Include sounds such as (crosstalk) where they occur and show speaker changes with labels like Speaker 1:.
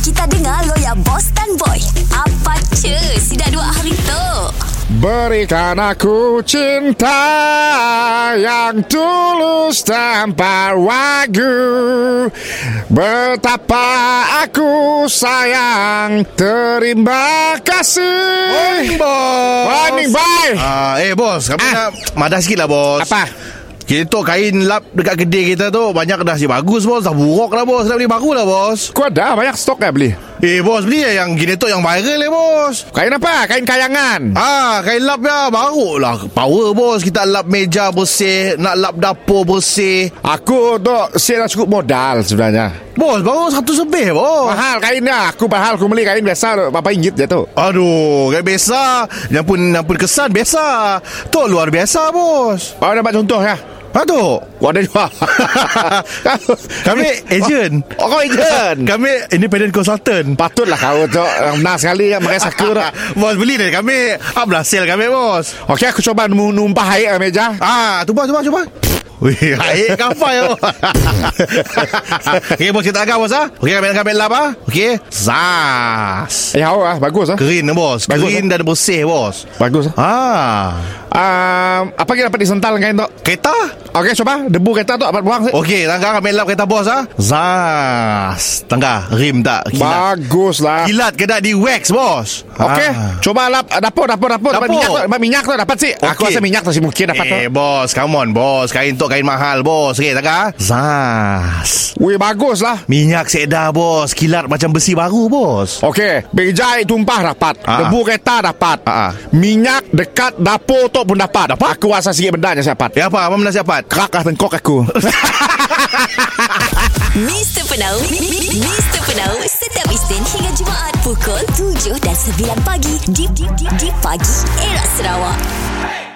Speaker 1: Kita dengar lo ya Boss dan Boy Apa cu Si dah dua hari tu
Speaker 2: Berikan aku cinta yang tulus tanpa ragu Betapa aku sayang Terima kasih
Speaker 3: Bos.
Speaker 2: Morning bye
Speaker 3: Ah, eh bos, kami
Speaker 2: Ah.
Speaker 3: nak madah sikit lah bos.
Speaker 2: Apa?
Speaker 3: Kita kain lap dekat kedai kita tu banyak dah si bagus bos. Dah buruk lah bos. Nak beli baru lah bos.
Speaker 2: Kau ada banyak stok eh beli
Speaker 3: Eh bos, beli lah yang gini tu yang viral eh bos.
Speaker 2: Kain apa? Kain kayangan
Speaker 3: Ah, kain lap ya baru lah power bos. Kita lap meja bersih, nak lap dapur bersih.
Speaker 2: Aku tu Saya dah cukup modal sebenarnya
Speaker 3: Bos, baru satu sebeh bos.
Speaker 2: Mahal kainnya Aku mahal Aku beli kain biasa Berapa ringgit je tu
Speaker 3: Aduh, kayak biasa. Yang pun yang pun kesan biasa. Tu luar biasa bos.
Speaker 2: Kau dapat contoh ya
Speaker 3: Aduh.
Speaker 2: Kau (laughs) ada jual
Speaker 3: Kami eh, agent.
Speaker 2: Oh kau agent
Speaker 3: Kami independent consultant.
Speaker 2: (laughs) Patutlah kau tu Yang Benar sekali yang pakai saku tu
Speaker 3: lah. bos beli deh kami. Ablah sale kami bos.
Speaker 2: Okey aku cuba num- numpah air ke meja
Speaker 3: Ah, tu bos, cuba cuba. Wih, air kapal (laughs) ya. Okey bos kita agak bos ah. Okey kami kami lap ah. Okey. Zas.
Speaker 2: Ya awak ah bagus ah.
Speaker 3: Green bos.
Speaker 2: Bagus,
Speaker 3: Green dan bersih bos.
Speaker 2: Bagus ah.
Speaker 3: Ah.
Speaker 2: Um, apa kita dapat disental kain tu?
Speaker 3: Kereta
Speaker 2: Okey cuba debu kereta tu dapat buang sih.
Speaker 3: Okey, tangga kami lap kereta bos ah. Zas. Tangga rim tak kilat.
Speaker 2: Bagus lah.
Speaker 3: Kilat ke tak di wax bos.
Speaker 2: Okey,
Speaker 3: Ah.
Speaker 2: cuba lap dapur dapur dapur dapat
Speaker 3: Dapur.
Speaker 2: minyak tu, dapat minyak tu dapat sih. Aku
Speaker 3: Okey.
Speaker 2: rasa minyak tu sih mungkin dapat tu.
Speaker 3: Eh bos, come on bos. Kain tu kain mahal bos. Okey, tangga. Zas.
Speaker 2: Wih bagus lah.
Speaker 3: Minyak sedah bos, kilat macam besi baru bos.
Speaker 2: Okey, bejai tumpah dapat,
Speaker 3: Ah.
Speaker 2: debu kereta dapat,
Speaker 3: Ah.
Speaker 2: minyak dekat dapur tu pun dapat. Aku rasa sikit benda je dapat.
Speaker 3: Ya apa, apa menasihat?
Speaker 2: Kerak lah tengkok aku.
Speaker 1: Mr. Penau Mi- Mi- Mi- Mr. Penau Setiap Isnin hingga Jumaat Pukul 7 dan 9 pagi Di, di, di, di pagi Era Sarawak